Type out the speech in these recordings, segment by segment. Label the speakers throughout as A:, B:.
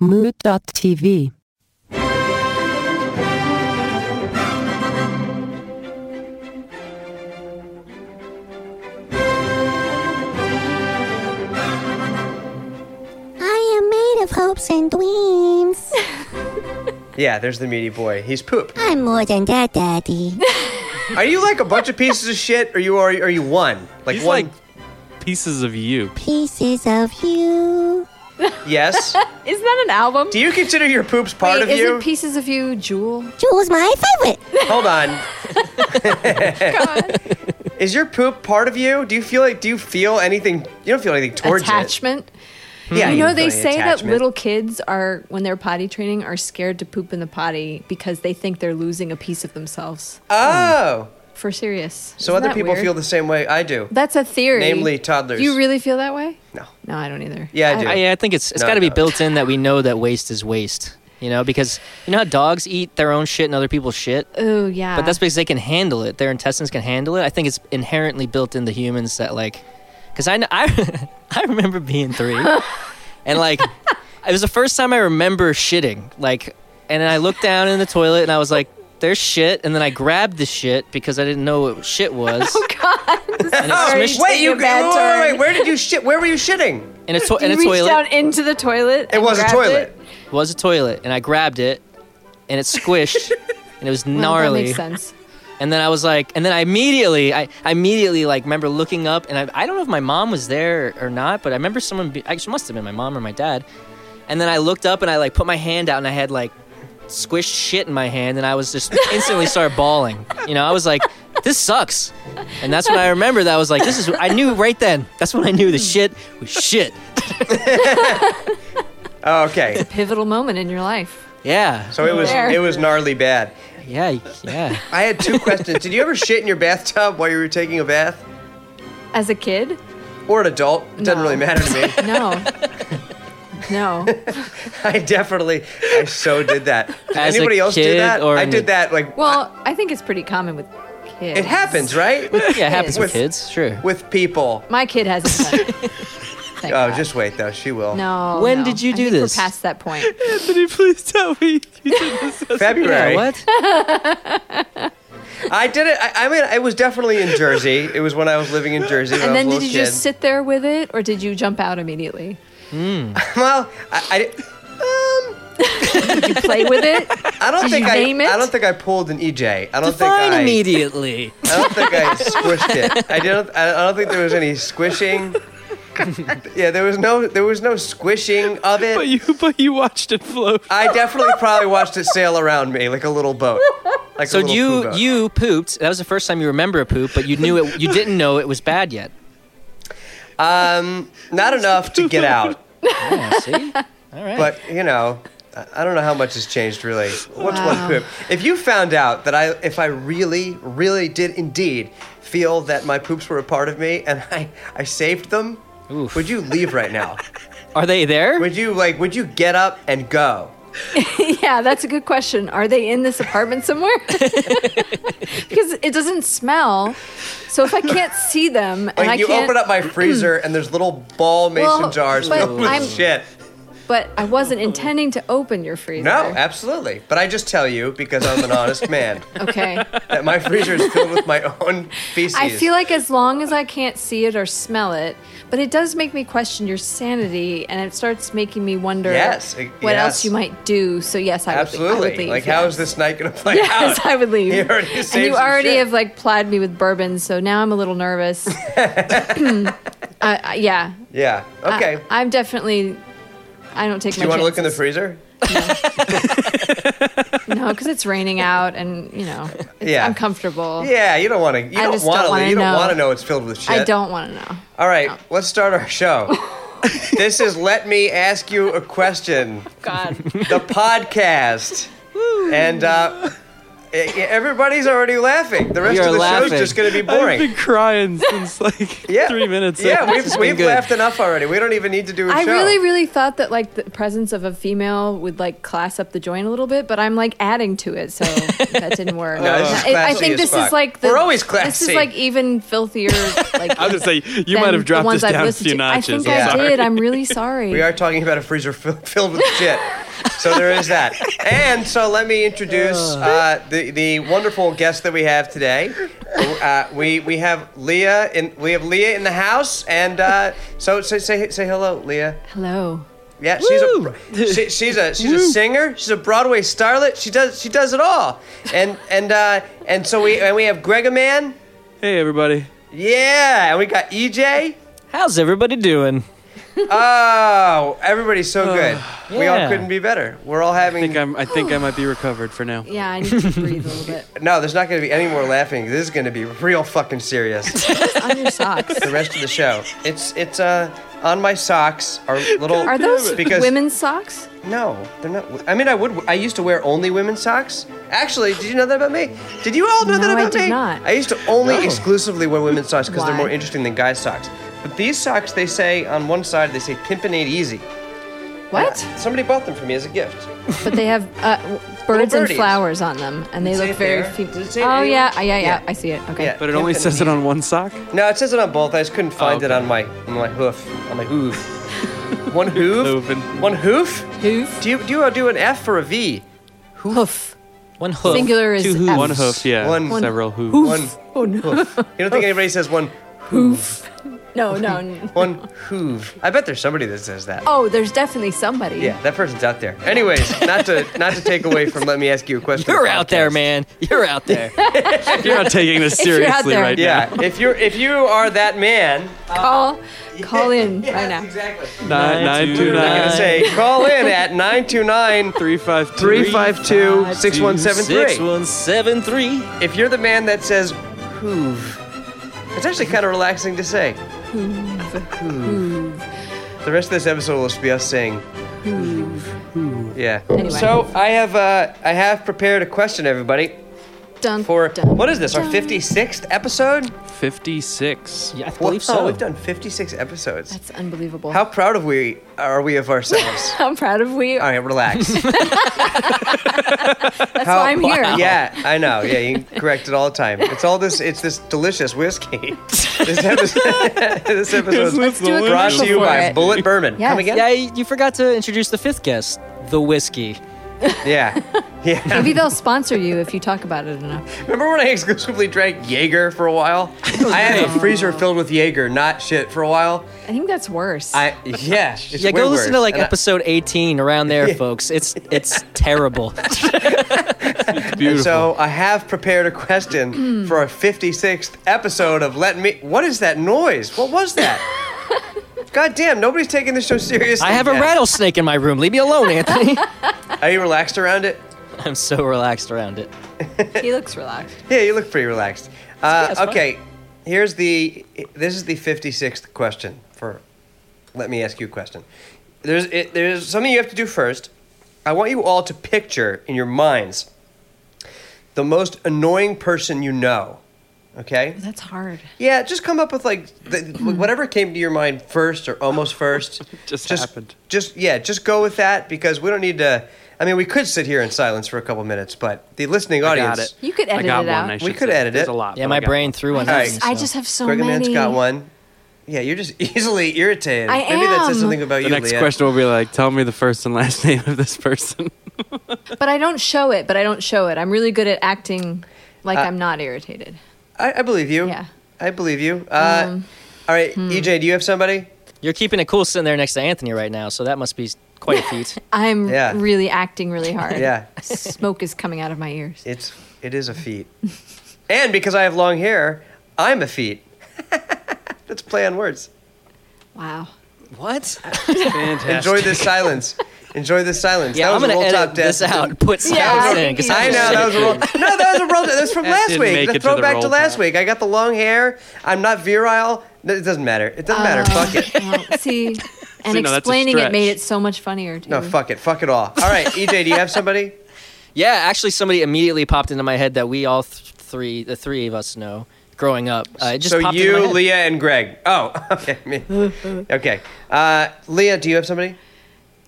A: Mood.tv.
B: I am made of hopes and dreams.
C: Yeah, there's the meaty boy. He's poop.
B: I'm more than that, Daddy.
C: Are you like a bunch of pieces of shit, or you are? Are you one? Like
D: He's
C: one?
D: like pieces of you.
B: Pieces of you.
C: yes.
E: Is that an album?
C: Do you consider your poops part
E: Wait,
C: of
E: isn't
C: you?
E: Pieces of You Jewel?
B: Jules, my favorite.
C: Hold on. Is your poop part of you? Do you feel like? Do you feel anything? You don't feel anything towards
E: Attachment.
C: it. Yeah. don't
E: You know
C: feel
E: they
C: any
E: say that
C: attachment.
E: little kids are when they're potty training are scared to poop in the potty because they think they're losing a piece of themselves.
C: Oh,
E: For serious.
C: so
E: Isn't
C: other
E: that
C: people
E: weird?
C: feel the same way I do.
E: That's a theory.
C: Namely, toddlers.
E: Do you really feel that way?
C: No.
E: No, I don't either.
C: Yeah, I do.
F: I, I think it's it's
C: No,
F: got to be
C: no.
F: built in that we know that waste is waste. You know, because you know how dogs eat their own shit and other people's shit,
E: Oh yeah.
F: but that's because they can handle it. Their intestines can handle it. I think it's inherently built into humans that like, because I kn- I I remember being three, and like it was the first time I remember shitting. Like, and then I looked down in the toilet and I was like. There's shit, and then I grabbed the shit because I didn't know what shit was. Oh God! And it
C: Oh,
F: smished
C: wait, you
E: a bad
C: wait, wait, wait,
E: turn.
C: Where did you shit? Where were you shitting?
F: in a, to-
E: you
F: in a
E: reached
F: toilet.
E: down into the toilet.
C: It was a toilet.
F: It was a toilet, and I grabbed it, and it squished, and it was
E: That
F: gnarly.
E: makes sense.
F: and then I was like, and then I immediately, I, I immediately like remember looking up, and I, I don't know if my mom was there or not, but I remember someone, be, actually it must have been my mom or my dad. And then I looked up and I like put my hand out and I had like squished shit in my hand, and I was just instantly started bawling. You know, I was like, this sucks. And that's when I remember that I was like, this is, I knew right then. That's when I knew the shit was shit.
C: Oh, okay.
E: Pivotal moment in your life.
F: Yeah.
C: So it was
E: There.
C: it was gnarly bad.
F: Yeah. Yeah.
C: I had two questions. Did you ever shit in your bathtub while you were taking a bath?
E: As a kid?
C: Or an adult? It doesn't
E: No.
C: really matter to me.
E: No. no.
C: I definitely, I so did that. Did
F: As a
C: anybody else do
F: kid
C: that?
F: or
C: I
F: an-
C: did that like
E: Well, I think it's pretty common with kids.
C: it happens, right? With,
F: Yeah, it happens with,
C: With-
F: kids, sure.
C: people.
E: My kid hasn't done it. Thank
C: Oh,
E: God.
C: just wait though, she will.
E: No.
F: When
E: no.
F: did you
E: I
F: do
E: think we're
F: this?
E: past that point.
F: please tell me. Yeah,
C: February.
F: what?
C: I did it. I, I mean, it was definitely in Jersey. It was when I was living in Jersey. When
E: And
C: I was
E: then
C: a
E: did
C: little
E: you
C: kid.
E: just sit there with it, or did you jump out immediately?
C: Well, I, I, um,
E: Did you play with it?
C: I don't
E: Did
C: think
E: you
C: I.
E: name it?
C: I don't think I pulled an EJ. I
F: Define
C: don't think I.
F: immediately.
C: I don't think I squished it. I don't. I don't think there was any squishing. yeah, there was no. There was no squishing of it.
D: you but you watched it float.
C: I definitely probably watched it sail around me like a little boat. Like a
F: So
C: little poo
F: you
C: boat.
F: you pooped. That was the first time you remember a poop, but you knew it. You didn't know it was bad yet.
C: um not enough to get out,
F: Yeah, see, all right.
C: but you know. I- I don't know how much has changed really. What's
E: Wow.
C: one poop? If you found out that I if I really really did indeed feel that my poops were a part of me and I I saved them,
F: Oof.
C: would you leave right now?
F: Are they there?
C: Would you like? Would you get up and go?
E: yeah, that's a good question. Are they in this apartment somewhere? because it doesn't smell. So if I can't see them, and
C: Like
E: I
C: you
E: can't,
C: open up my freezer and there's little ball mason
E: Well,
C: jars
E: but
C: filled with
E: I'm-
C: shit.
E: but I wasn't intending to open your freezer.
C: No, absolutely. But I just tell you because I'm an honest man
E: okay.
C: that my freezer is filled with my own feces.
E: I feel like as long as I can't see it or smell it, but it does make me question your sanity, and it starts making me wonder
C: Yes, it-
E: what
C: yes.
E: else you might do. So yes, I
C: absolutely.
E: Would, I would leave.
C: like,
E: yes.
C: how is this night gonna play
E: Yes,
C: out?
E: I would leave.
C: You already
E: and
C: saved
E: you
C: some
E: already
C: shit.
E: have like plied me with bourbon, so now I'm a little nervous. uh, uh, yeah.
C: yeah. Okay.
E: I, uh, I'm definitely. I don't take
C: Do
E: my.
C: you want to look in the
E: chances.
C: freezer?
E: No, because it's raining out, and you know, it's
C: Yeah.
E: uncomfortable.
C: Yeah, you don't want to. You
E: I
C: don't
E: just don't
C: want
E: wanna
C: to. You don't
E: know.
C: want to know it's filled with shit.
E: I don't want to know.
C: All right, let's start our show. this is let me ask you a question.
E: God.
C: the podcast. And uh, E- e- Everybody's already laughing. The rest
F: We are
C: of the
F: laughing.
C: show's just going to be
D: I've
C: boring.
D: been crying since like
C: yeah.
D: three minutes. in.
C: Yeah,
F: It's
C: we've,
F: been
C: we've
F: good.
C: laughed enough already. We don't even need to do a
E: I
C: show.
E: really, really thought that like the presence of a female would like class up the joint a little bit, but I'm like adding to it, so that didn't work.
C: No, this is
E: I, I
C: classy
E: think
C: as
E: this
C: fuck.
E: is like the,
C: We're always
E: This is
C: classy.
E: like even filthier. Like
D: I was gonna say you might
E: than
D: have
E: the
D: dropped
E: ones
D: this
E: I've
D: down a
E: listened
D: few
E: to.
D: notches.
E: I
D: I'm
E: think I
D: sorry.
E: did. I'm really sorry.
C: We are talking about a freezer fill- filled with shit. So there is that. And so let me introduce uh, the the wonderful guest that we have today. Uh, we we have Leah in we have Leah in the house, and uh, so say say say hello, Leah.
E: Hello.
C: Yeah, she's
F: Woo!
C: a she, she's a she's a singer. She's a Broadway starlet. She does she does it all. And and uh, and so we and we have Greg man.
D: Hey everybody.
C: Yeah, and we got E EJ.
F: How's everybody doing?
C: Oh, everybody's so good. We all
F: Yeah.
C: couldn't be better. We're all having
D: I think I'm I think I might be recovered for now.
E: Yeah, I need to breathe a little bit.
C: No, there's not going to be any more laughing. This is going to be real fucking serious.
E: On your socks.
C: the rest of the show. It's it's uh on my socks are little
E: Are those
C: because
E: women's socks?
C: No, they're not. I mean, I would. I used to wear only women's socks. Actually, did you know that about me? Did you all know
E: No,
C: that
E: I
C: about
E: did
C: me?
E: not.
C: I used to only exclusively wear women's socks because they're
E: Why?
C: more interesting than guys' socks. But these socks, they say on one side they say "pimpin' ain't easy."
E: What?
C: Somebody bought them for me as a gift.
E: But they have uh, w- birds and
C: birdies.
E: flowers on them, and they
C: Does it
E: look
C: say it
E: very.
C: there?
E: Fe-
C: Does it say it
E: oh
C: anywhere?
E: yeah, yeah,
C: Yeah.
E: yeah, I see it. Okay.
C: Yeah.
D: But it only
C: Pimpin'
D: says
C: ain't
D: it on one sock.
C: No, it says it on both. I just couldn't find it
D: okay.
C: on my on my hoof on my hoof. One hoof.
D: Hoofin'.
C: One hoof.
E: Hoof.
C: Do you do you do an F or a V?
E: Hoof.
F: One hoof.
E: Singular is
F: two
E: F.
F: hooves.
D: One hoof, yeah.
C: One- One-
D: several hooves.
C: One.
E: Oh no.
C: Hoof. You don't think anybody says one
E: Hoof. No, no. n-
C: one hoof? I bet there's somebody that says that.
E: Oh, there's definitely somebody.
C: Yeah, that person's out there. Anyways, not to not to take away from. Let me ask you a question.
F: You're out there,
C: podcast.
F: man. You're out there.
D: You're not taking this
E: If you're out
D: seriously
E: there.
D: right
C: Yeah, if you're if you are that man,
E: Call, call in
C: Yes,
E: right now.
C: Exactly.
D: now. Nine two
C: I'm gonna
D: nine
F: Nine.
C: say call in at 929
D: three five two.
C: 352 6173.
F: 6173.
C: If you're the man that says hoof, it's actually kind of relaxing to say. The rest of this episode will just be us saying. Yeah.
E: Anyway.
C: So I have uh, I have prepared a question, everybody.
E: Dun,
C: For
E: dun,
C: what is this? Our
E: dun.
C: fifty sixth episode?
D: 56.
F: Yeah, I
C: Wow,
F: believe so.
C: We've done fifty six episodes.
E: That's unbelievable.
C: How proud of we are we of ourselves?
E: How proud of we.
C: All right, relax. That's
E: why I'm here.
C: Yeah, I know. Yeah, you correct it all the time. It's all this. It's this delicious whiskey. This episode. this episode
E: Let's do a
C: brought
E: commercial
C: to you
E: for
C: by
E: it.
C: Bullet Berman.
E: Yes.
C: Come again?
F: Yeah, you you forgot to introduce the fifth guest, the whiskey.
C: Yeah. Yeah.
E: Maybe they'll sponsor you if you talk about it enough.
C: Remember when I exclusively drank Jaeger for a while? I had a freezer filled with Jaeger, not shit, for a while.
E: I think that's worse.
C: I yeah. It's
F: yeah,
C: way
F: go listen to
C: worse.
F: like
C: And I-
F: episode 18 around there, folks. It's it's terrible.
D: Beautiful.
C: So I have prepared a question for our 56th episode of Let Me. What is that noise? What was that? God damn, nobody's taking this show seriously.
F: I have a
C: yet.
F: rattlesnake in my room. Leave me alone, Anthony.
C: Are you relaxed around it?
F: I'm so relaxed around it.
E: he looks relaxed.
C: Yeah, you look pretty relaxed. Uh,
F: it's fine.
C: okay, here's the. This is the 56th question for. Let me ask you a question. There's it, there's something you have to do first. I want you all to picture in your minds the most annoying person you know. Okay.
E: That's hard.
C: Yeah, just come up with like the, whatever came to your mind first or almost first.
D: Just happened.
C: Just yeah, just go with that because we don't need to. I mean, we could sit here in silence for a couple minutes, but the listening
D: I got
C: audience.
D: it.
E: You could
D: I
E: edit
D: got
E: it
D: one,
E: out.
D: I should
C: We could
D: say.
C: edit
D: There's
C: it.
D: a lot.
F: Yeah,
D: but
F: my
D: I got
F: brain
D: one.
F: threw one.
C: All
F: at
C: right.
F: me,
E: I
F: so.
E: just have so
C: Greg
E: many.
C: Amant's got one. Yeah, you're just easily irritated.
E: I
C: Maybe that says
E: am.
C: something about
D: The
C: you.
D: next
C: Leah.
D: question will be like, tell me the first and last name of this person.
E: But I don't show it. But I don't show it. I'm really good at acting like
C: Uh,
E: I'm not irritated.
C: I, I believe you.
E: Yeah. Um, hmm.
C: I believe you. Uh, all right, EJ, do you have somebody?
F: You're keeping it cool sitting there next to Anthony right now, so that must be quite a feat.
E: I'm
C: Yeah.
E: really acting really hard.
C: Yeah.
E: Smoke is coming out of my ears.
C: It's it is a feat. and because I have long hair, I'm a feat. Let's play on words.
E: Wow.
F: what?
D: Fantastic.
C: Enjoy this silence. Enjoy this silence.
F: Yeah,
C: that
F: I'm
C: was a
F: gonna
C: roll top
F: edit this
C: desk.
F: out. and Put
E: I
F: sounds in.
E: think
F: 'cause
E: you
F: I'm
C: I know
F: shit.
E: should.
C: that was a roll. No, that was a roll. That's from
D: That
C: last
D: didn't
C: week.
D: make
C: The
D: it to the
C: throwback to,
D: roll
C: last
D: top.
C: week. I got the long hair. I'm not virile. No, It doesn't matter. It doesn't matter.
F: Uh,
C: Fuck it.
E: Well, see, and
D: no, that's a
E: explaining it made
D: stretch.
E: it so much funnier too.
C: E No, fuck it. Fuck it all. All right, EJ, do you have somebody?
F: Yeah, actually, somebody immediately popped into my head that we all th- three, the three of us know growing up. Uh, it just
C: so
F: popped
C: you,
F: into my head.
C: Leah, and Greg. Oh, okay. me. okay. Uh, Leah, do you have somebody?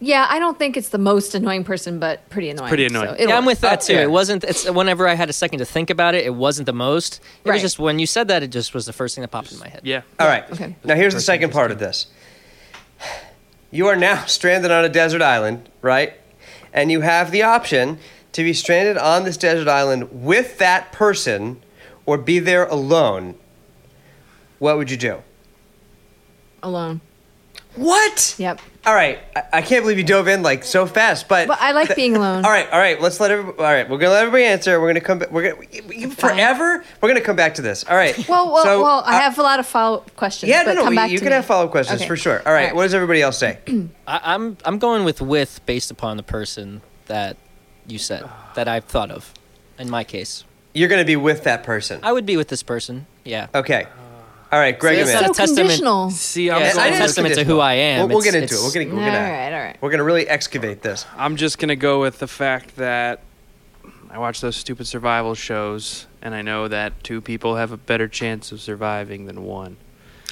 E: Yeah, I don't think it's the most annoying person, but pretty annoying.
D: pretty annoying.
E: So it'll
F: yeah, I'm
E: work.
F: with that
C: Oh,
F: too.
C: yeah.
F: It wasn't. It's whenever I had a second to think about it, it wasn't the most. It
E: Right.
F: was just when you said that, it just was the first thing that popped in my head.
D: Yeah.
C: All right.
E: okay.
C: Now here's the second part of this. You are now stranded on a desert island, right? And you have the option to be stranded on this desert island with that person or be there alone. What would you do?
E: alone.
C: What?
E: Yep.
C: All right. I, I can't believe you dove in like so fast, but
E: But I like being alone.
C: All right, all right. Let's let everybody. All right, we're gonna let everybody answer. We're gonna come. back. We're gonna you- you- forever. We're gonna come back to this. All right.
E: Well, well,
C: So,
E: well. I
C: uh,
E: have a lot of follow up questions.
C: Yeah, no,
E: but
C: no.
E: Come
C: we-
E: back
C: you
E: to
C: can
E: me.
C: have follow up questions
E: Okay.
C: for sure. All right,
E: All right.
C: What does everybody else say?
F: I, I'm I'm going with with based upon the person that you said that I've thought of. In my case,
C: You're gonna be with that person.
F: I would be with this person. Yeah.
C: Okay. All right, Greg.
F: that's
C: and
F: not
C: Matt.
E: Uh, So
F: a testament-
E: conditional.
D: See, I'm,
F: Yeah, it's
D: going-
F: not a
C: didn't
F: testament to
C: conditional.
F: who I am.
C: We'll, we'll
F: It's-
C: get into it. We're
F: it's-
C: gonna, we're
E: All
C: gonna,
E: right, all right.
C: We're gonna really excavate this.
D: I'm just gonna go with the fact that I watch those stupid survival shows, and I know that two people have a better chance of surviving than one.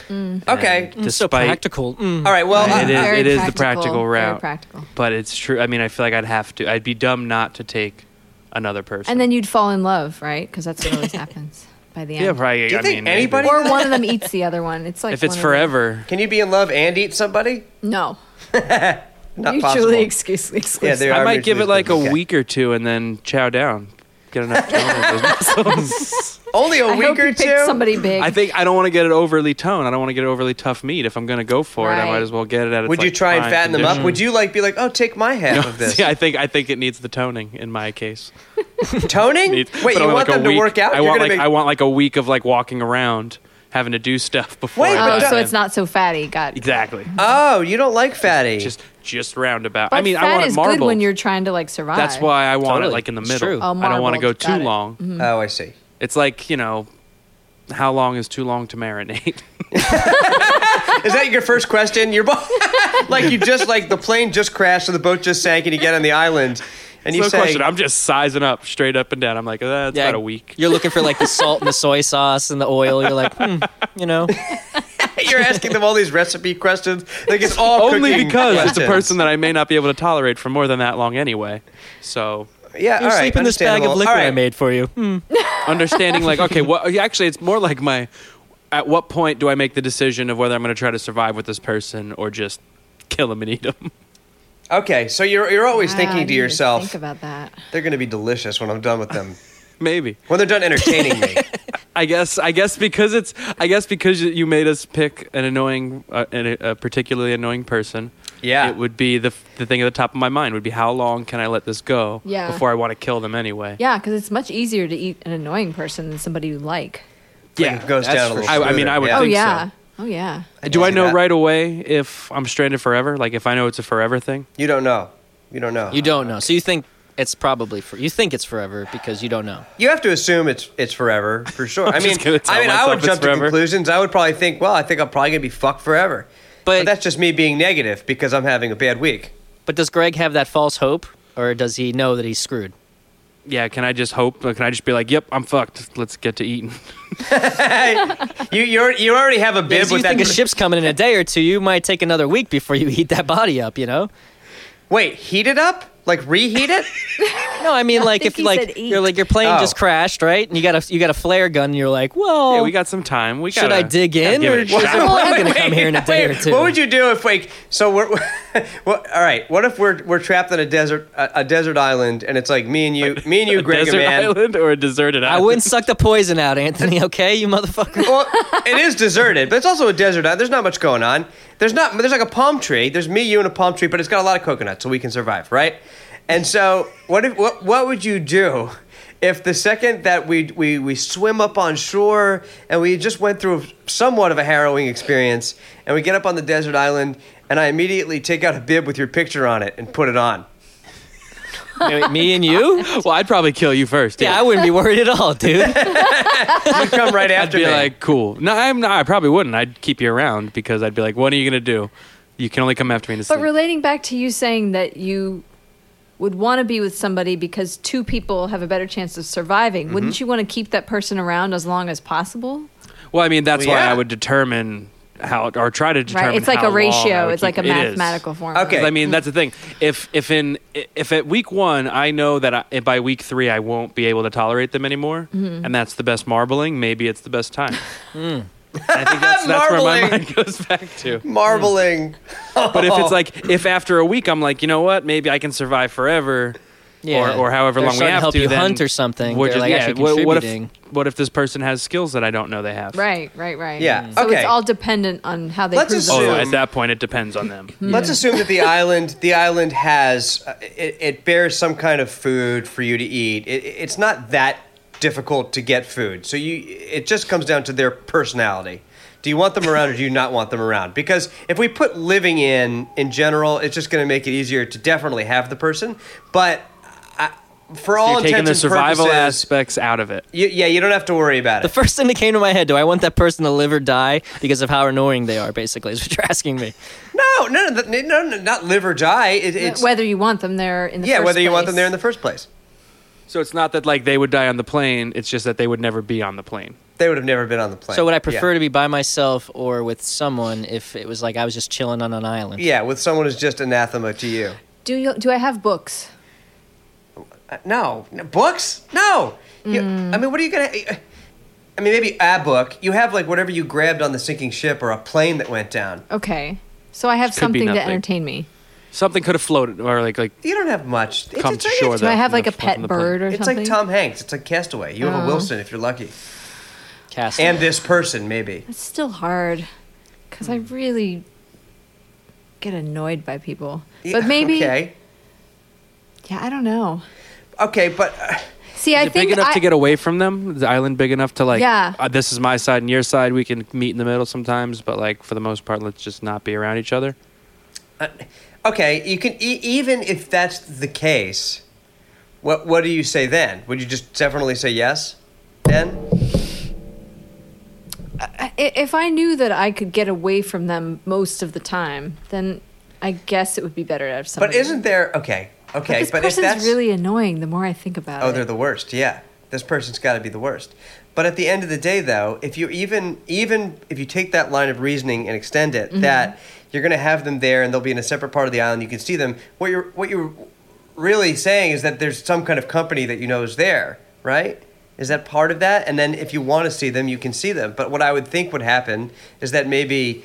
C: Okay.
D: And
F: Mm, so
D: despite
F: practical.
E: Hmm.
F: Mm.
C: All right. Well,
D: It
C: uh,
D: is-
C: uh,
E: Very
D: it is the
E: practical,
D: practical
E: very
D: route.
E: practical.
D: But it's true. I mean, I feel like I'd have to. I'd be dumb not to take another person.
E: And then you'd fall in love, right? Because that's what always happens by the end.
D: yeah, probably.
C: Do you
D: I
C: think
D: mean, maybe.
C: anybody-
E: Or one of them eats the other one. It's like
D: If it's
E: one of them-
D: forever,
C: can you be in love and eat somebody?
E: No,
C: Not
E: mutually
C: possible.
E: excuse-
C: yeah,
E: exclusive.
C: they are
D: I might give it
C: mutually
D: like a
C: exclusive. Okay.
D: week or two, and then chow down. Get enough tone in those muscles.
C: Only a
E: I
C: week
E: hope
C: or
E: you
C: two.
E: picked somebody big.
D: I think I don't want to get it overly toned. I don't want to get overly tough meat. If I'm going to go for it, I
E: Right.
D: might as well get it at. Its
C: Would you
D: like,
C: try and
D: prime
C: fatten them up?
D: condition.
C: Would you like be like, oh, take my half
D: No,
C: of this?
D: See, I think I think it needs the toning in my case.
C: Toning?
D: Needs-
C: Wait,
D: but
C: you
D: only,
C: want
D: like, a
C: them to
D: week.
C: work out?
D: I
C: You're
D: want
C: gonna
D: like
C: make-
D: I want like a week of like walking around, having to do stuff before.
C: Wait, but
E: Oh,
D: I dive
C: that-
E: so
D: in.
E: it's not so fatty. Got it.
D: exactly.
C: Oh, you don't like fatty.
D: Just just roundabout.
E: But
D: I mean,
E: fat
D: I want
E: is
D: it marbled.
E: good when you're trying to like survive.
D: That's why I want
F: Totally.
D: it like in the
F: It's
D: middle.
F: true.
E: Oh,
D: I don't want to go
E: marbled.
D: too
E: Got it. Mm-hmm.
D: long.
C: oh, I see.
D: It's like you know, how long is too long to marinate?
C: Is that your first question? Your boat, like you just like the plane just crashed and the boat just sank and you get on the island and you
D: no
C: say,
D: question. I'm just sizing up straight up and down. I'm like, "Uh, that's about a week.
F: You're looking for like the salt and the soy sauce and the oil. You're like, hmm, you know,
C: you're asking them all these recipe questions. Like it's all
D: Only
C: cooking
D: because it's a
C: questions.
D: person that I may not be able to tolerate for more than that long anyway. So
C: Yeah,
F: you're
C: all right,
F: sleeping this bag
C: understandable.
F: of liquor
C: All
F: I
C: right.
F: made for you. Hmm.
D: understanding like okay what actually it's more like my at what point do i make the decision of whether i'm going to try to survive with this person or just kill him and eat him
C: Okay, so you're you're always
E: Wow,
F: Ah,
E: I
C: thinking
E: didn't
C: to
E: even
C: yourself,
E: Think about that.
C: they're going to be delicious when I'm done with them.
D: maybe
C: When they're done entertaining me.
D: i guess i guess because it's i guess because you made us pick an annoying uh, an, a particularly annoying person
C: Yeah.
D: it would be the the thing at the top of my mind would be how long can i let this go
E: Yeah.
D: before i want to kill them anyway
E: Yeah, because it's much easier to eat an annoying person than somebody you like.
C: Yeah, it goes
D: that's
C: down a
D: for
C: little
D: sure. I, I mean
C: smoother,
D: i would
C: yeah.
E: oh
D: think
E: yeah.
D: so
E: Oh yeah.
D: do
C: can
D: i
C: see
D: know
C: that.
D: right away if i'm stranded forever like if i know it's a forever thing
C: You don't know. You don't know.
F: You don't know. So you think it's probably for you think it's forever because you don't know.
C: You have to assume it's it's forever for sure. I mean,
D: just gonna tell
C: I mean, I
D: myself
C: would
D: it's
C: jump to
D: forever.
C: conclusions. I would probably think, well, I think I'm probably gonna be fucked forever. But,
F: But-
C: that's just me being negative because I'm having a bad week.
F: But does Greg have that false hope or does he know that he's screwed?
D: yeah, can I just hope? Can I just be like, yep, I'm fucked. Let's get to eating.
C: You you're, you already have a bib
F: If you
C: with that.
F: think a ship's coming in a day or two, you might take another week before you heat that body up, you know?
C: Wait, heat it up? Like reheat it?
F: No, I mean like
E: think
F: if
E: he
F: like
E: said eat.
F: you're like your plane
C: Oh.
F: just crashed, right? And you got a you got a flare gun and you're like, Well
D: yeah, we got some time. We
F: Oh, should
D: gotta-
F: I dig
D: gotta
F: in
D: give
F: or
D: it a
F: is
D: shot.
F: your plane gonna come here in a day or
C: Wait,
F: two?
C: What would you do if like so we're, well, all right, what if we're we're trapped on a desert a, a desert island and it's like me and you me and you Greg
D: desert
C: and man.
D: island or a deserted
F: I
D: island?
F: wouldn't suck the poison out, Anthony, okay, you motherfucker.
C: well, it is deserted, but it's also a desert. island. There's not much going on. There's not. There's like a palm tree. There's me, you, and a palm tree, but it's got a lot of coconuts, so we can survive, right? And so, what if what, what would you do if the second that we we we swim up on shore and we just went through somewhat of a harrowing experience, and we get up on the desert island, and I immediately take out a bib with your picture on it and put it on.
F: Me and you?
D: Well, I'd probably kill you first.
F: Yeah, I wouldn't be worried at all, dude.
C: You come right
D: I'd
C: after
D: be
C: me.
D: like, cool. No, I'm not. I probably wouldn't. I'd keep you around because I'd be like, what are you gonna do? You can only come after me in the
E: But relating back to you saying that you would want to be with somebody because two people have a better chance of surviving,
D: Mm-hmm.
E: wouldn't you want to keep that person around as long as possible?
D: Well, I mean, that's
C: Well,
D: why
C: yeah.
D: I would determine how or try to determine.
E: Right? It's like a
D: how long I
E: ratio.
D: would
E: It's like a
D: keep- it is.
E: mathematical formula.
C: Okay.
D: 'Cause, I mean, that's the thing. If if in if at week one I know that I, by week three I won't be able to tolerate them anymore,
C: Mm-hmm.
D: and that's the best marbling. Maybe it's the best time.
F: Hmm.
D: I think that's, that's where my
C: Marbling.
D: mind goes back to.
C: Marbling.
D: But if it's like if after a week I'm like, you know what, maybe I can survive forever,
F: Yeah.
D: or, or however
F: They're
D: long we
F: starting to
D: have
F: help you
D: then
F: hunt or something.
D: we're
F: They're,
D: just-
F: like,
D: yeah,
F: actually
D: what, what if
F: contributing.
D: what if this person has skills that I don't know they have?
E: Right, right, right.
C: Yeah,
E: So
C: okay.
E: it's all dependent on how they
C: Let's
E: prove
D: Oh,
C: assume-
E: themselves.
D: at that point it depends on them.
C: Let's assume that the island, the island has, uh, it, it bears some kind of food for you to eat. It, it's not that difficult to get food, so you, it just comes down to their personality. Do you want them around, or do you not want them around? Because if we put living in in general, it's just going to make it easier to definitely have the person. But I, for all
D: You're taking the
C: intents and
D: survival
C: purposes,
D: aspects out of it.
C: you, yeah, you don't have to worry about
F: The
C: it.
F: first thing that came to my head: Do I want that person to live or die because of how annoying they are? Basically, is what you're asking me.
C: No, no, no, th- no, no, not live or die. It, it's
E: whether you want them there in the
C: yeah,
E: first
C: whether you want them
E: place.
C: there in the first place.
D: So it's not that like they would die on the plane. It's just that they would never be on the plane.
C: They would have never been on the plane.
F: So would I
C: Yeah.
F: prefer to be by myself or with someone if it was like I was just chilling on an island?
C: Yeah, with someone who's just anathema to you.
E: Do you? Do I have books?
C: Uh, no, No, books? No. You- I mean, what are you gonna? uh, I mean, maybe a book. You have like whatever you grabbed on the sinking ship or a plane that went down.
E: Okay. So I have
D: Could be
E: something to
D: nothing.
E: entertain me.
D: Something could have floated or like like
C: You don't have much. It's-
D: come
C: it's,
D: to
C: like-
D: shore.
E: Do I
D: though,
E: have
D: from
E: like
D: the-
E: a
D: from
E: pet
D: the plane.
E: bird or
C: It's
E: something? Oh.
C: like Tom Hanks. It's like Castaway. You have a Wilson if you're lucky,
F: Cast.
C: and this person maybe.
E: It's still hard because I
C: Hmm.
E: really get annoyed by people.
C: Yeah,
E: But maybe,
C: Okay.
E: yeah, I don't know.
C: Okay, but uh,
E: See,
D: Is
E: I
D: it
E: think
D: big enough
E: I,
D: to get away from them? Is the island big enough to like?
E: Yeah.
D: Uh, this is my side and your side. We can meet in the middle sometimes, but like for the most part, let's just not be around each other.
C: okay, you can e- even if that's the case. What What do you say then? Would you just definitely say yes? Then.
E: I- if I knew that I could get away from them most of the time, then I guess it would be better to have somebody.
C: But isn't there okay? Okay,
E: this
C: but, if
E: person's
C: that's
E: really annoying. The more I think about
C: oh,
E: it,
C: they're the worst. Yeah, this person's got to be the worst. But at the end of the day, though, if you even even if you take that line of reasoning and extend it, that you're going to have them there and they'll be in a separate part of the island, you can see them. What you're what you're really saying is that there's some kind of company that you know is there, right? Is that part of that? And then if you want to see them, you can see them. But what I would think would happen is that maybe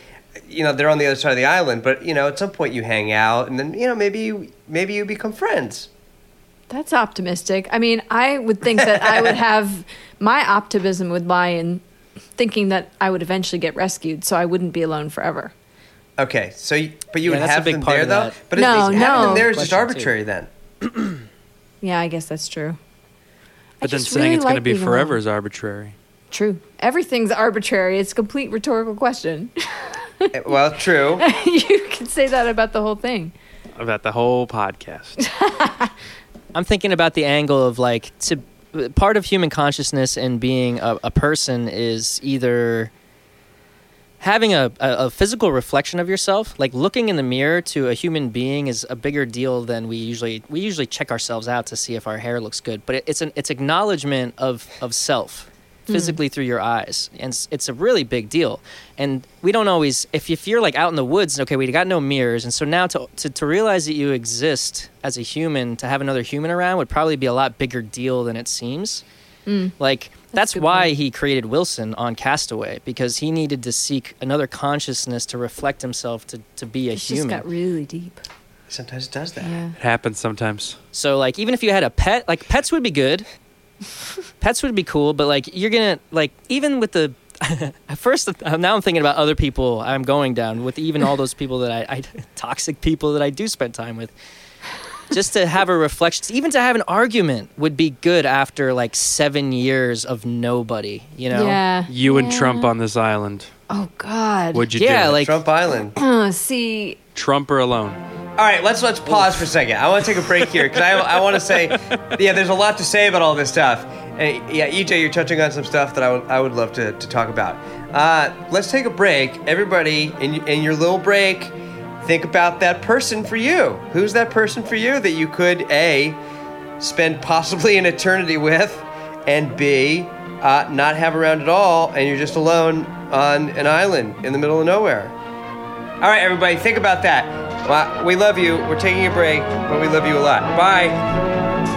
C: you know they're on the other side of the island but you know at some point you hang out and then you know maybe you maybe you become friends
E: That's optimistic. I mean, I would think that I would have my optimism would lie in thinking that I would eventually get rescued, so I wouldn't be alone forever.
C: Okay, so you, but you
F: Yeah,
C: would
F: that's a
C: have
F: big
C: them
F: part
C: there
F: of
C: though.
F: that.
C: But
E: No,
C: it's, it's having them
E: no.
C: there is just
F: Question, too.
C: arbitrary then.
E: Yeah, I guess that's true.
D: But then
E: just
D: saying
E: really
D: it's going to
E: like
D: be
E: being
D: forever
E: alone.
D: is arbitrary.
E: True. Everything's arbitrary. It's a complete rhetorical question.
C: Eh, well, true.
E: you can say that about the whole thing.
D: About the whole podcast.
F: I'm thinking about the angle of like to part of human consciousness and being a, a person is either having a, a, a physical reflection of yourself like looking in the mirror to a human being is a bigger deal than we usually we usually check ourselves out to see if our hair looks good but it, it's an it's acknowledgement of of self physically through your eyes and it's, it's a really big deal and we don't always if, if you're like out in the woods okay we got no mirrors and so now to, to to realize that you exist as a human to have another human around would probably be a lot bigger deal than it seems like that's,
E: a good
F: why
E: point.
F: he created Wilson on Castaway because he needed to seek another consciousness to reflect himself to, to be a
E: It's just
F: human.
E: got really deep.
C: Sometimes it does that.
E: Yeah.
D: it happens sometimes.
F: so like even if you had a pet, like pets would be good. pets would be cool, but like you're gonna like even with the at first uh, now I'm thinking about other people I'm going down with even all those people that I, I toxic people that I do spend time with. Just to have a reflection, even to have an argument would be good after like seven years of nobody, you know?
E: Yeah.
D: You and Trump on this island.
E: Oh God.
D: Would you
F: Yeah,
D: do?
F: like
C: Trump Island. All
E: Uh, see,
D: Trump or alone?
C: right, let's let's pause for a second. I want to take a break here because I, I want to say, yeah, there's a lot to say about all this stuff. And yeah, EJ, you're touching on some stuff that I would I would love to, to talk about. Uh, let's take a break, everybody. In in your little break, think about that person for you. Who's that person for you that you could A, spend possibly an eternity with, and B, uh, not have around at all, and you're just alone on an island in the middle of nowhere. All right, everybody, think about that. Well, we love you. We're taking a break, but we love you a lot. Bye.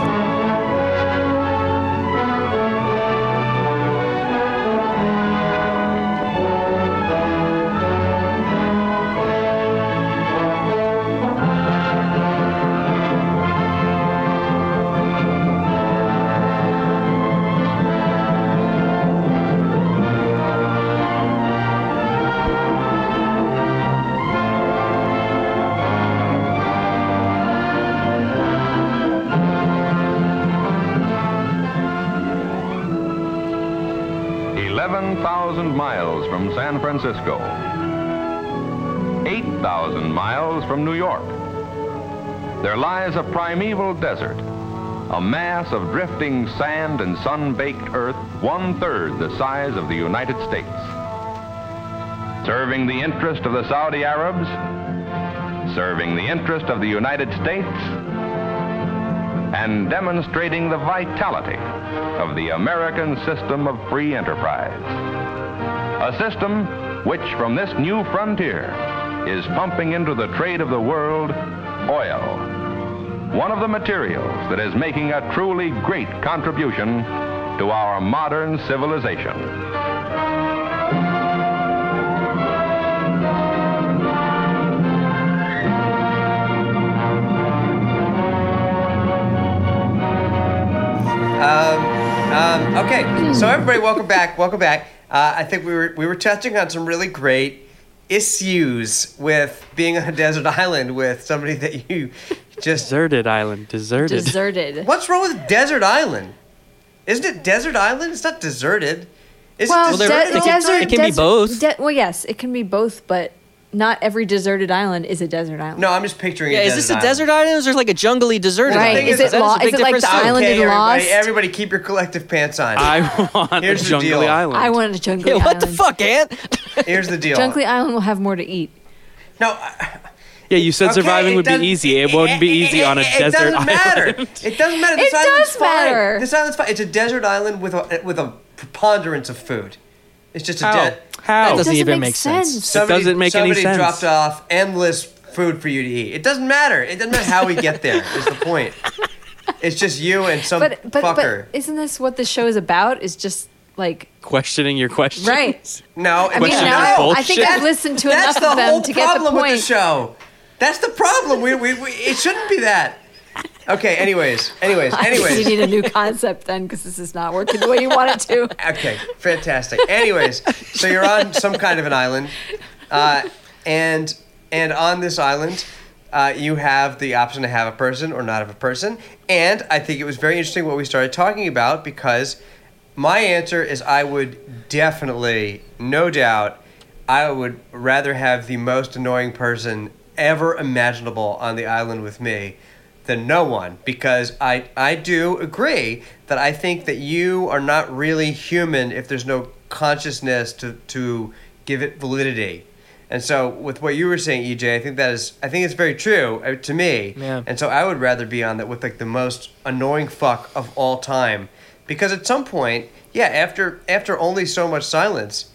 A: Eleven thousand miles from San Francisco. Eight thousand miles from New York. There lies a primeval desert, a mass of drifting sand and sun-baked earth, one-third the size of the United States. Serving the interest of the Saudi Arabs, serving the interest of the United States, and demonstrating the vitality of the American system of free enterprise. A system which, from this new frontier, is pumping into the trade of the world oil, one of the materials that is making a truly great contribution to our modern civilization.
C: Um, um, okay, so everybody, welcome back. Welcome back. Uh, I think we were we were touching on some really great issues with being on a desert island with somebody that you just.
D: Deserted island. Deserted.
E: Deserted.
C: What's wrong with desert island? Isn't it desert island? It's not deserted. Is
E: Well,
C: it
F: they're-
E: de-
C: deserted?
F: it
C: all the
F: can-
E: desert,
C: time?
F: it can be
E: desert-
F: both.
E: de- well, yes, it can be both, but not every deserted island is a desert island.
C: no, I'm just picturing.
F: Yeah, is this a desert island or is there like a jungly desert
E: Right.
F: island?
C: Is it
F: That
E: lo-
F: a big
E: is it like
F: difference.
E: the
F: I-
E: island?
C: Okay,
E: in
C: everybody,
E: Lost?
C: everybody, keep your collective pants on.
D: I want
C: Here's the
D: Jungle
C: deal.
D: Island.
E: I wanted a jungly
F: Yeah,
E: island.
F: what the fuck, Ant?
C: Here's the deal.
E: Jungly Island will have more to eat.
C: No, I-
D: yeah, you said
C: okay,
D: surviving
C: it
D: would be
C: doesn't-
D: easy. It wouldn't be easy on a
C: it, it
D: desert
C: doesn't
D: island.
C: Matter. It doesn't matter. This
E: It
C: island's
E: does
C: fine.
E: matter.
C: This island's fine. It's a desert island with a with a preponderance of food. It's just a
D: How?
C: desert.
D: How?
F: That doesn't
E: Doesn't
F: even
E: make
F: make sense.
E: sense.
D: Oh. doesn't make any
C: somebody
D: sense.
C: dropped off endless food for you to eat. It doesn't matter. It doesn't matter how we get there. Is the point? It's just you and some
E: But but
C: fucker.
E: but isn't this what this show is about? Is just like
D: Questioning your question.
E: right.
C: no,
E: I mean,
D: Question
E: now
D: bullshit.
E: I think I've listened to enough
C: That's the
E: of
C: whole
E: them to get the
C: problem
E: point.
C: with the show. That's the problem. We, we, we it shouldn't be that. Okay. Anyways. Anyways.
E: I think
C: Anyways.
E: you need a new concept then, because this is not working the way you want it to.
C: Okay, fantastic. Anyways, so you're on some kind of an island, uh, and and on this island, uh, you have the option to have a person or not have a person. And I think it was very interesting what we started talking about because my answer is I would definitely, no doubt, I would rather have the most annoying person ever imaginable on the island with me than no one because I, I do agree that I think that you are not really human if there's no consciousness to, to give it validity. And so with what you were saying, EJ, I think that is I think it's very true uh, to me.
F: Yeah.
C: And so I would rather be on that with like the most annoying fuck of all time because at some point, yeah, after after only so much silence,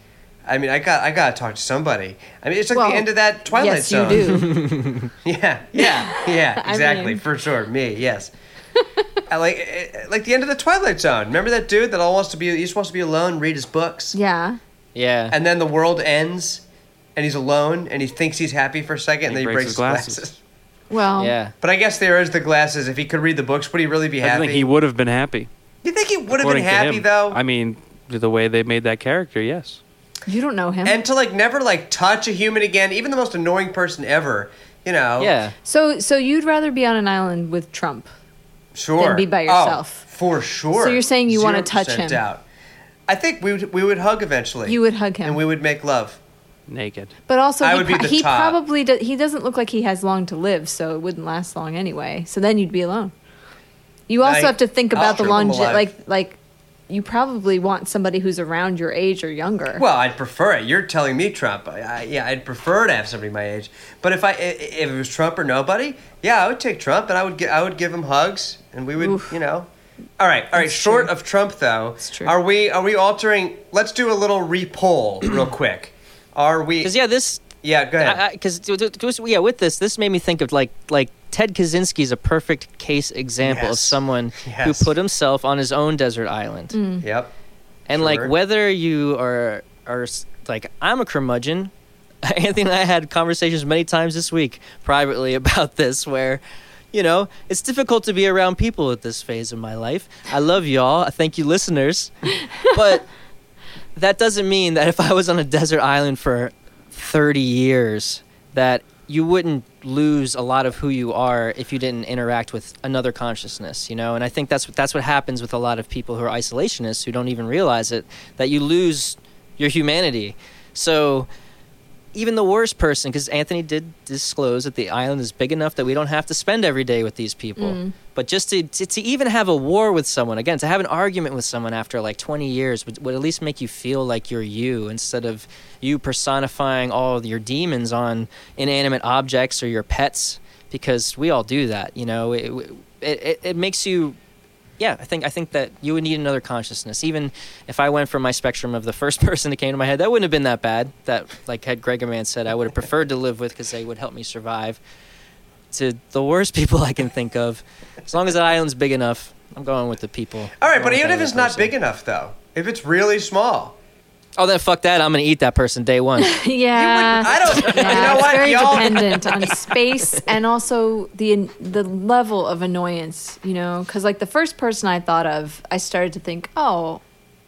C: I mean, I got I got to talk to somebody. I mean, it's like
E: Well,
C: the end of that Twilight
E: yes,
C: Zone.
E: you do.
C: Yeah, yeah, yeah,
E: I
C: exactly,
E: mean-
C: for sure. Me, yes. I like eh, like the end of the Twilight Zone. Remember that dude that all wants to be he just wants to be alone, read his books,
E: Yeah.
F: Yeah.
C: and then the world ends, and he's alone, and he thinks he's happy for a second, and,
D: And he
C: then he breaks his glasses.
E: Well.
F: yeah.
C: But I guess there is the glasses. If he could read the books, would he really be
D: I
C: happy?
D: think he would have been happy.
C: you think he would have been
D: according to
C: happy
D: him.
C: though?
D: I mean, the way they made that character, yes.
E: You don't know him.
C: and to like never like touch a human again, even the most annoying person ever. You know.
F: Yeah.
E: so so you'd rather be on an island with Trump.
C: Sure.
E: than be by
C: Oh,
E: yourself.
C: for sure.
E: So you're saying you wanna touch
C: 0%
E: him.
C: doubt. I think we would, we would hug eventually.
E: You would hug him.
C: And we would make love.
D: Naked.
E: But also,
C: I
E: he,
C: would be
E: pro-
C: the
E: he
C: top.
E: probably do- he doesn't look like he has long to live, so it wouldn't last long anyway. So then you'd be alone. You also
C: I-
E: have to think
C: I'll
E: about the
C: keep him
E: longe
C: alive.
E: like like you probably want somebody who's around your age or younger.
C: Well, I'd prefer it. You're telling me Trump. I, I, yeah, I'd prefer to have somebody my age. But if I i- if it was Trump or nobody, yeah, I would take Trump, and I would get I would give him hugs, and we would you know. All right, all right. short of Trump, though,
E: true.
C: are we are we altering? Let's do a little repoll real quick. Are we?
F: Because yeah, this
C: yeah, go ahead.
F: because yeah, with this, this made me think of like like Ted Kaczynski is a perfect case example of
C: Yes.
F: someone
C: Yes.
F: who put himself on his own desert island,
E: Mm-hmm.
C: yep.
F: and
C: sure.
F: like whether you are are s- like I'm a curmudgeon. Anthony and I had conversations many times this week privately about this, where you know it's difficult to be around people at this phase of my life. I love y'all. I thank you, listeners, but that doesn't mean that if I was on a desert island for 30 years that you wouldn't lose a lot of who you are if you didn't interact with another consciousness, you know? And I think that's what that's what happens with a lot of people who are isolationists who don't even realize it that you lose your humanity. So even the worst person cuz Anthony did disclose that the island is big enough that we don't have to spend every day with these people. But just to, to to even have a war with someone, again, to have an argument with someone after like 20 years would, would at least make you feel like you're you instead of you personifying all of your demons on inanimate objects or your pets because we all do that, you know. It it, it, it makes you yeah, I think I think that you would need another consciousness. Even if I went from my spectrum of the first person that came to my head, that wouldn't have been that bad. That like had Gregerman said, I would have preferred to live with because they would help me survive. To the worst people I can think of, as long as the island's big enough, I'm going with the people.
C: All right,
F: I'm
C: but
F: going with
C: even
F: the
C: if
F: other
C: it's not
F: person.
C: big enough, though, if it's really small,
F: oh then fuck that, I'm gonna eat that person day one.
E: yeah.
C: I don't.
E: Yeah,
C: you know
E: it's
C: what,
E: very
C: y'all?
E: dependent on space and also the the level of annoyance, you know, because like the first person I thought of, I started to think, oh,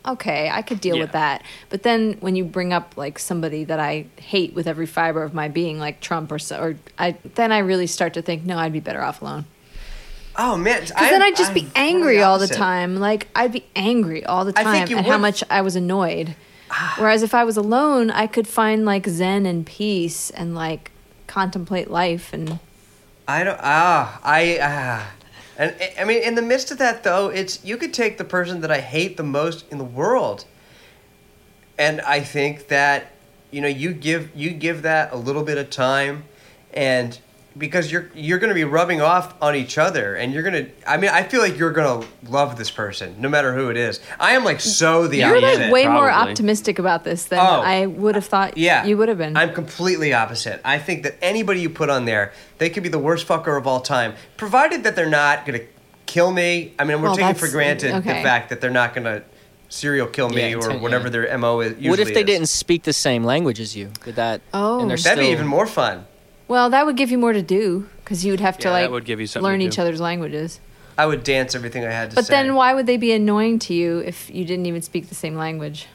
E: okay, I could deal with
D: Yeah.
E: that. But then when you bring up like somebody that I hate with every fiber of my being, like Trump or so, or I then I really start to think, no, I'd be better off alone.
C: Oh man, because
E: Because then I'd just be angry all the time. Like I'd be angry all the
C: I
E: time
C: think
E: at
C: you
E: how
C: would- Ah.
E: much I was annoyed. Whereas if I was alone, I could find like zen and peace and like contemplate life and
C: I don't. Ah, I. Ah. And I- I mean, in the midst of that, though, it's you could take the person that I hate the most in the world, and I think that you know you give you give that a little bit of time, and because you're you're going to be rubbing off on each other, and you're going to. I mean, I feel like you're going to love this person, no matter who it is. I am like so the
E: you're
C: opposite.
E: like way more
D: Probably.
E: optimistic about this than
C: Oh.
E: I would have thought
C: Yeah.
E: you would have been.
C: I'm completely opposite. I think that anybody you put on there, they could be the worst fucker of all time, provided that they're not going to kill me. I mean, we're
E: Well,
C: taking
E: that's-
C: for granted the
E: okay.
C: fact that they're not going to serial kill me
F: Yeah,
C: or
F: intent-
C: whatever
F: yeah.
C: their MO is. Usually
F: what if they
C: is.
F: didn't speak the same language as you? Would that?
E: Oh.
F: and they're
C: That'd be
F: still-
C: even more fun.
E: well, that would give you more to do because you would have to
D: Yeah, that
E: like
D: would give you something
E: learn
D: to
E: each
D: do.
E: other's languages.
C: I would dance everything I had to
E: But
C: say.
E: then why would they be annoying to you if you didn't even speak the same language?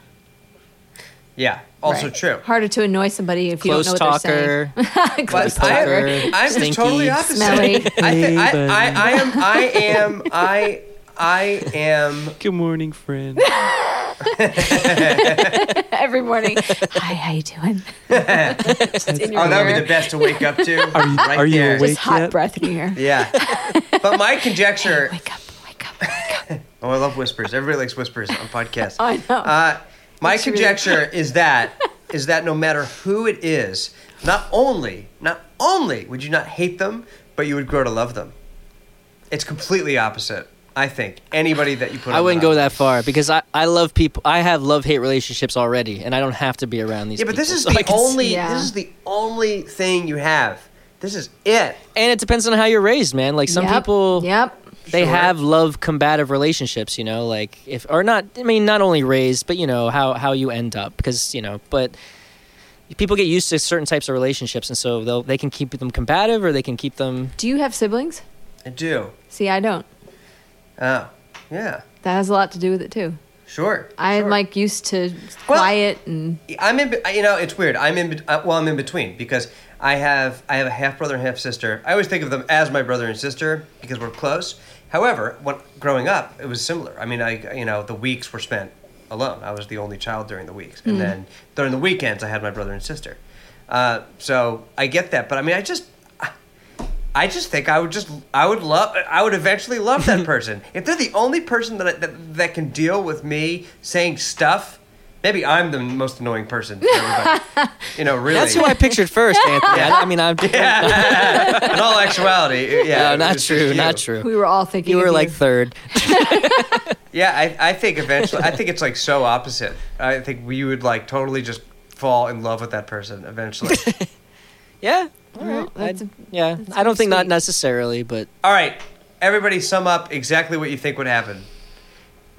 C: Yeah, also
E: Right.
C: true.
E: Harder to annoy somebody if you don't
F: Close
E: know what they're
F: talker.
E: saying. Close
C: But I,
E: talker.
F: Stinker,
C: I'm just
F: stinky,
C: totally opposite.
E: smelly.
C: I, thi- I, I, I am. I am. I. I am.
D: Good morning, friend.
E: every morning. Hi, how you doing? Just in your
C: Oh, that would be
E: ear.
C: the best to wake up to. Are you, right
D: are you
C: there.
D: awake?
E: Just hot
D: yet?
E: breath in your ear.
C: Yeah. But my conjecture.
E: Wake up, wake up, wake up.
C: Oh, I love whispers. Everybody likes whispers on podcasts.
E: I know.
C: Uh, my
E: really-
C: conjecture is that is that no matter who it is, not only not only would you not hate them, but you would grow to love them. It's completely opposite. I think anybody that you put.
F: I
C: on
F: wouldn't
C: that-
F: go that far because I, I love people. I have love hate relationships already, and I don't have to be around these.
C: Yeah, but this
F: people,
C: is
F: so I
C: the
F: can s-
C: only
E: Yeah.
C: this is the only thing you have. This is it.
F: and it depends on how you're raised, man. Like some
E: Yep,
F: people,
E: Yep.
F: they
C: Sure.
F: have love combative relationships. You know, like if or not. I mean, not only raised, but you know how how you end up because you know, but. People get used to certain types of relationships, and so they'll, they can keep them combative or they can keep them.
E: Do you have siblings?
C: I do.
E: See, I don't.
C: Oh, yeah.
E: That has a lot to do with it too.
C: Sure.
E: I'm
C: sure.
E: like used to
C: Well-
E: quiet and
C: I'm in. be- You know, it's weird. I'm in. be- uh, Well, I'm in between because I have I have a half brother and half sister. I always think of them as my brother and sister because we're close. However, when growing up, it was similar. I mean, I you know the weeks were spent alone. I was the only child during the weeks, and then during the weekends, I had my brother and sister. Uh, so I get that, but I mean, I just I- I just think I would just I would love I would eventually love that person. if they're the only person that, I- that that can deal with me saying stuff, maybe I'm the most annoying person. To everybody. you know, really.
F: That's who I pictured first, Anthony. I, I mean, I'm
C: yeah. In all actuality, yeah.
F: no,
C: it
F: not
C: was just
F: true,
C: you.
F: not true.
E: We were all thinking
F: you
E: of
F: were like third.
C: Yeah, I, I think eventually I think it's like so opposite. I think we would like totally just fall in love with that person eventually.
F: Yeah. All
E: Well,
F: right.
E: that's
F: I-
E: a-
F: yeah.
E: that's
F: I don't think not
E: sweet.
F: necessarily, but
C: all right, everybody, sum up exactly what you think would happen.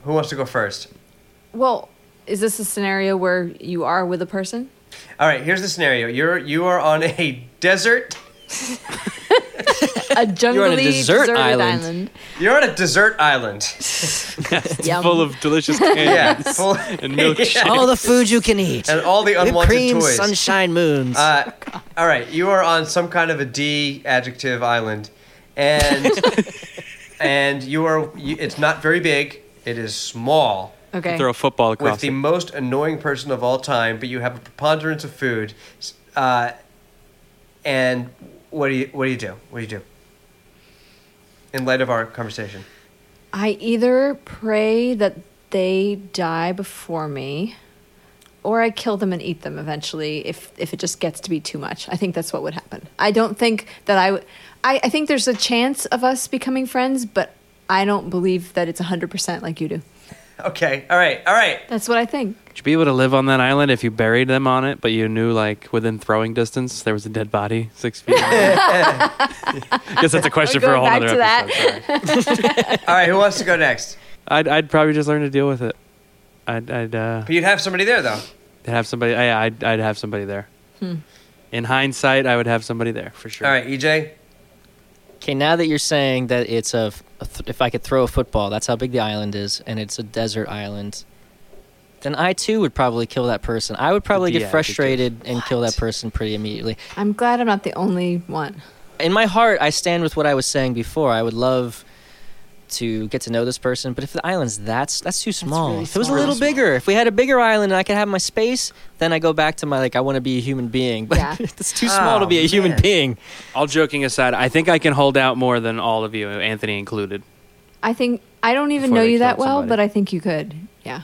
C: Who wants to go first?
E: Well, is this a scenario where you are with a person?
C: All right, here's the scenario. You're you are on a desert.
E: A jungly
F: desert
E: deserted
F: island.
E: island.
C: You're on a desert island.
E: Yum.
D: full of delicious candy
C: Yeah, full- Uh,
D: and milkshake.
F: all the food you can eat.
C: and all the
F: Whipped
C: unwanted
F: cream,
C: toys.
F: sunshine, moons.
C: Uh, all right, you are on some kind of a D adjective island, and and you are. You, it's not very big. It is small.
E: okay.
D: Throw a football
C: with
D: across
C: the
D: it.
C: most annoying person of all time, but you have a preponderance of food. s- Uh, and what do you what do you do? What do you do? In light of our conversation,
E: I either pray that they die before me, or I kill them and eat them eventually if if it just gets to be too much. I think that's what would happen. I don't think that I would. I, I think there's a chance of us becoming friends, but I don't believe that it's 100% like you do.
C: okay, all right, all right.
E: That's what I think.
D: Would you be able to live on that island if you buried them on it, but you knew, like, within throwing distance, there was a dead body six feet away? guess that's a question
E: We're
D: for a whole
E: going
D: other
E: back to
D: episode. sorry.
C: All right, who wants to go next?
D: I'd, I'd probably just learn to deal with it. I'd, I'd uh,
C: But you'd have somebody there though.
D: have somebody. I, I'd, I'd have somebody there. In hindsight, I would have somebody there for sure.
C: All right, E EJ.
F: okay, now that you're saying that it's a, f- a th- if I could throw a football, that's how big the island is, and it's a desert island. Then I too would probably kill that person. I would probably
D: D
F: get
D: adjective.
F: frustrated and kill
E: What?
F: that person pretty immediately.
E: I'm glad I'm not the only one.
F: in my heart, I stand with what I was saying before. I would love to get to know this person, but if the island's that's that's too small.
E: really
F: if it was a
E: small.
F: little bigger, if we had a bigger island and I could have my space, then I go back to my like I want to be a human being. But
E: Yeah.
F: it's too small to
C: Oh,
F: be a human
C: man.
F: being.
D: All joking aside, I think I can hold out more than all of you, Anthony included.
E: I think I don't even
D: Before
E: know
D: they
E: you that
D: killed
E: well,
D: somebody.
E: but I think you could. Yeah.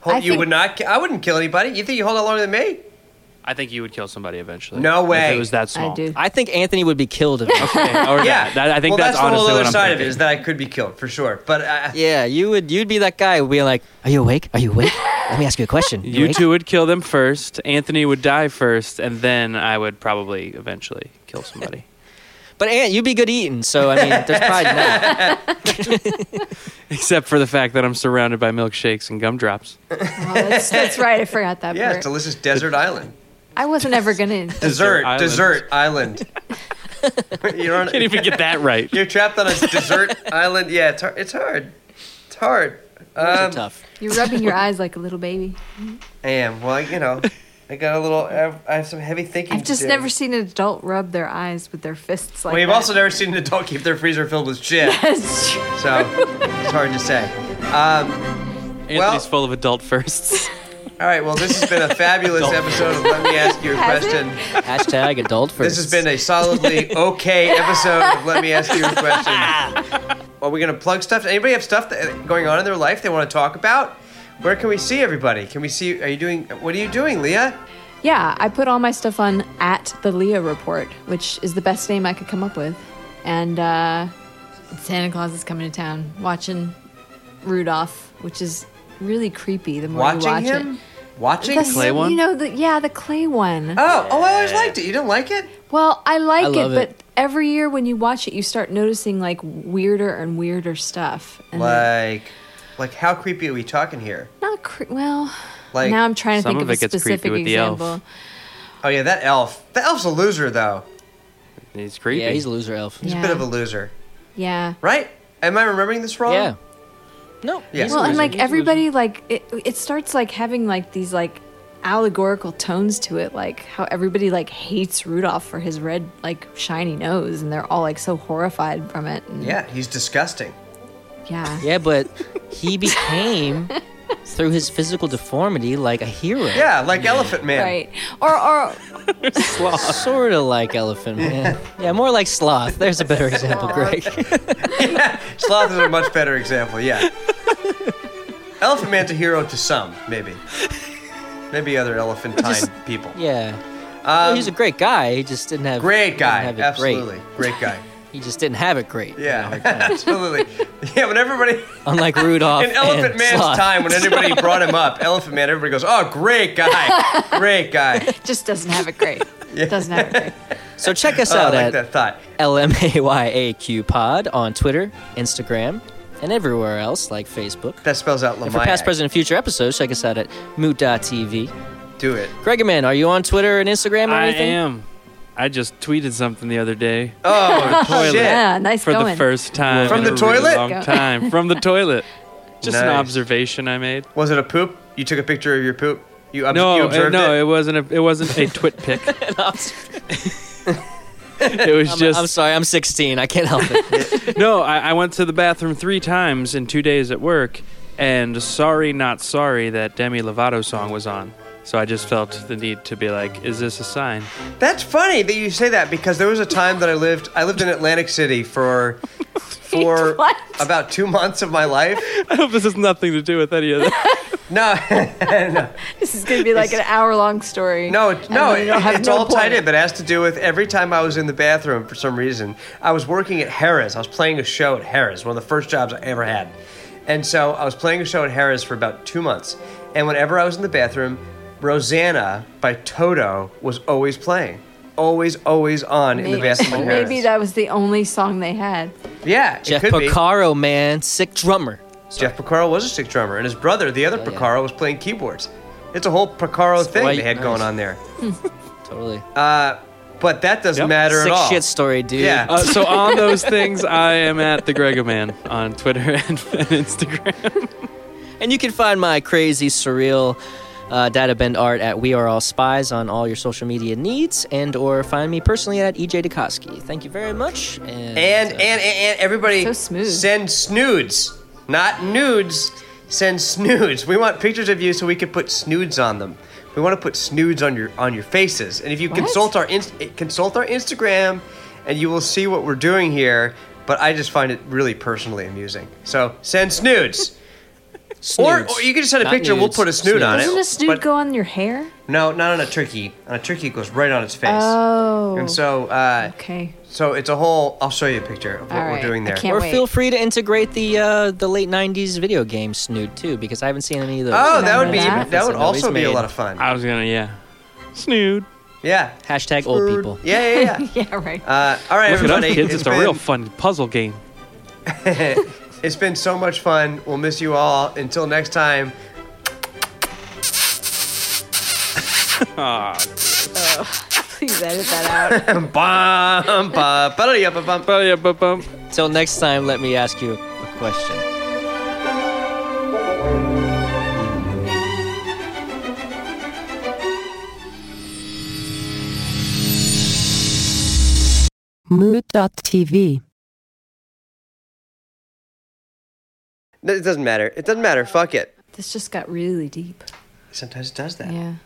C: Hope
E: I
C: you
E: think-
C: would not. ki- I wouldn't kill anybody. You think you hold out longer than me?
D: I think you would kill somebody eventually.
C: No
D: If
C: way.
D: it was that small.
E: I do.
F: I think Anthony would be killed if it.
D: Okay, or
C: Yeah,
D: that. That- I think
C: well,
D: that's,
C: the
D: honestly
C: whole other
D: what I'm
C: side of
D: thinking.
C: it is that I could be killed for sure. But uh,
F: Yeah, you would you'd be that guy who'd be like, Are you awake? Are you awake? Let me ask you a question. You,
D: You
F: awake?"
D: two would kill them first. Anthony would die first, and then I would probably eventually kill somebody.
F: But Ant, you'd be good eating, so I mean there's probably not
D: Except for the fact that I'm surrounded by milkshakes and gumdrops.
E: Oh, that's, that's right. I forgot that
C: yeah,
E: part.
C: it's delicious desert island.
E: I wasn't ever gonna.
C: Dessert,
D: island.
C: desert island. you don't
D: Can't even get that right.
C: You're trapped on a desert island. Yeah, it's hard. It's hard. It's hard. Um,
F: tough.
E: You're rubbing your eyes like a little baby.
C: I am. Well, you know, I got a little. I have- I have some heavy thinking.
E: I've
C: to
E: just
C: do.
E: never seen an adult rub their eyes with their fists like
C: Well, you've
E: that.
C: also never seen an adult keep their freezer filled with shit, so it's hard to say.
D: Anthony's
C: Well-
D: full of adult firsts.
C: All right. Well, this has been a fabulous episode of Let Me Ask You a
E: Has it?
C: Question.
F: Hashtag adult first.
C: This has been a solidly okay episode of Let Me Ask You a Question. Are we going to plug stuff? Anybody have stuff that, going on in their life they want to talk about? Where can we see everybody? Can we see? Are you doing? What are you doing, Leah?
E: Yeah, I put all my stuff on at the Leah Report, which is the best name I could come up with. And uh, Santa Claus is coming to town, watching Rudolph, which is really creepy. The more you
C: Watching
E: watch
C: him.
E: it,
C: Watching.
E: the
D: clay one?
E: You know, the, yeah, the clay one.
C: Oh, oh, I always liked it. You didn't like it?
E: Well, I like
F: I
E: it,
F: love
E: but
F: it.
E: every year when you watch it, you start noticing like weirder and weirder stuff. And
C: Like, like how creepy are we talking here?
E: not cre- well.
C: Like,
E: now I'm trying to
D: some
E: think
D: of
E: of a
D: it gets creepy
E: specific
D: with the elf.
E: example.
C: oh yeah, that elf. The elf's a loser though.
D: He's creepy.
F: yeah, he's a loser elf.
C: He's
E: yeah.
C: a bit of a loser,
E: yeah.
C: right? Am I remembering this wrong?
F: Yeah. No.
C: Yeah.
F: he's a
E: Well, and
F: loser.
E: like
F: He's a loser.
E: everybody, like it, it starts like having like these like allegorical tones to it, like how everybody like hates Rudolph for his red like shiny nose, and they're all like so horrified from it. And
C: Yeah, he's disgusting.
E: yeah,
F: Yeah, but he became through his physical deformity like a hero.
C: Yeah, like Elephant Man.
E: Right. Or or
F: Sort of like Elephant Man. Yeah, more like Sloth. There's a better example, Greg.
C: Sloth is a much better example, yeah. Elephant Man's a hero to some, maybe. Maybe other elephantine people.
F: yeah. Well, he's a great guy. He just didn't have
C: Um, Great guy,
F: didn't have it
C: absolutely.
F: Great.
C: Great guy.
F: He just didn't have it great. you know,
C: Yeah,
F: like,
C: absolutely. Yeah, when everybody
F: unlike Rudolph.
C: in Elephant
F: and
C: Man's
F: Sloth.
C: time, when anybody brought him up, Elephant Man, everybody goes, "Oh, great guy, great guy." Oh,
E: just doesn't have it great. Doesn't have it great.
F: So check us
C: Oh, I
F: out
C: like
F: at
C: that thought.
F: LMAYAQ Pod on Twitter, Instagram, and everywhere else like Facebook.
C: That spells out
F: And for past,
C: Lamaya.
F: present, and future episodes, check us out at moot.tv.
C: Do it.
F: Gregorman, are you on Twitter and Instagram or
D: I
F: anything?
D: am. I just tweeted something the other day
C: Oh,
D: Toilet.
C: shit.
E: Yeah, nice
D: for
E: going.
D: the first time
C: From
D: in
C: the
D: a really
C: toilet?
D: long time from the toilet. Just an
C: Nice.
D: observation I made.
C: Was it a poop? You took a picture of your poop. You, ob- you
D: No, uh,
C: observed
D: no,
C: it.
D: it wasn't. A, it wasn't a twit pic. It was
F: I'm,
D: just
F: I'm sorry, I'm 16. I can't help it.
D: no. I, I went to the bathroom three times in two days at work, and sorry, not sorry that Demi Lovato song was on. So I just felt the need to be like, is this a sign?
C: That's funny that you say that because there was a time that I lived. I lived in Atlantic City for for
E: What?
C: about two months of my life.
D: I hope this has nothing to do with any of that.
C: No,
E: This is gonna be like an hour long story.
C: no, it-
E: And
C: no.
E: then
C: It,
E: it'll have
C: it's
E: no
C: all tied
E: point.
C: in, but it has to do with every time I was in the bathroom for some reason. I was working at Harris. I was playing a show at Harris, one of the first jobs I ever had. And so I was playing a show at Harris for about two months. And whenever I was in the bathroom, Rosanna by Toto was always playing. Always, always on in the bathroom. at Harris.
E: maybe that was the only song they had.
C: Yeah,
F: Jeff
C: it could be.
F: Picaro, man, sick drummer.
C: Jeff Picaro was a stick drummer, and his brother, the other
F: Oh, yeah.
C: Picaro, was playing keyboards. It's a whole Picaro thing
F: quite
C: they had
F: nice.
C: going on there.
F: Totally.
C: But that doesn't
D: Yep.
C: matter
F: sick
C: at all.
F: shit story, dude.
C: Yeah.
D: Uh, so on those things, I am at the Grego Man on Twitter and, and Instagram.
F: And you can find my crazy, surreal uh, data bend art at We Are All Spies on all your social media needs, and or find me personally at EJ Dukoski. Thank you very much. And,
C: And,
F: uh,
C: and and and everybody
E: So smooth.
C: send snoods, not nudes. Send snoods. We want pictures of you so we can put snoods on them. We want to put snoods on your on your faces. And if you
E: What?
C: consult our inst- consult our Instagram, and you will see what we're doing here. But I just find it really personally amusing. So send snoods. Or,
F: snoods.
C: or you can just send a
F: Not
C: picture. and We'll
F: nudes.
C: put a snoot on it.
E: Doesn't a snoot
C: But-
E: go on your hair?
C: No, not on a turkey. On a turkey, it goes right on its face.
E: Oh.
C: And so, uh,
E: okay.
C: so it's a whole. I'll show you a picture of what
E: All
C: we're
E: right.
C: doing
E: I
C: there.
E: can't-
F: Or
E: wait.
F: feel free to integrate the uh, the late '90s video game Snood too, because I haven't seen any of those.
C: Oh, that
E: Remember
C: would be
E: that?
C: that, would
F: Reference nobody's
C: also be a
F: made.
C: lot of fun.
D: I was gonna, yeah, snood.
C: yeah.
F: Hashtag old people.
C: Yeah, yeah, yeah.
E: Yeah, right.
C: uh, all right,
D: Look it up,
C: everybody.
D: kids. It's, a
C: been-
D: real fun puzzle game.
C: It's been so much fun. We'll miss you all. Until next time.
D: Ah.
E: Please edit that out.
C: Bum, bum, ba, ba-da-da-ba-bum.
D: Oh yeah, bum bum.
F: Till next time, let me ask you a question.
G: Mood.tv
C: No, It doesn't matter. It doesn't matter. Fuck it.
E: this just got really deep.
C: Sometimes it does that.
E: Yeah.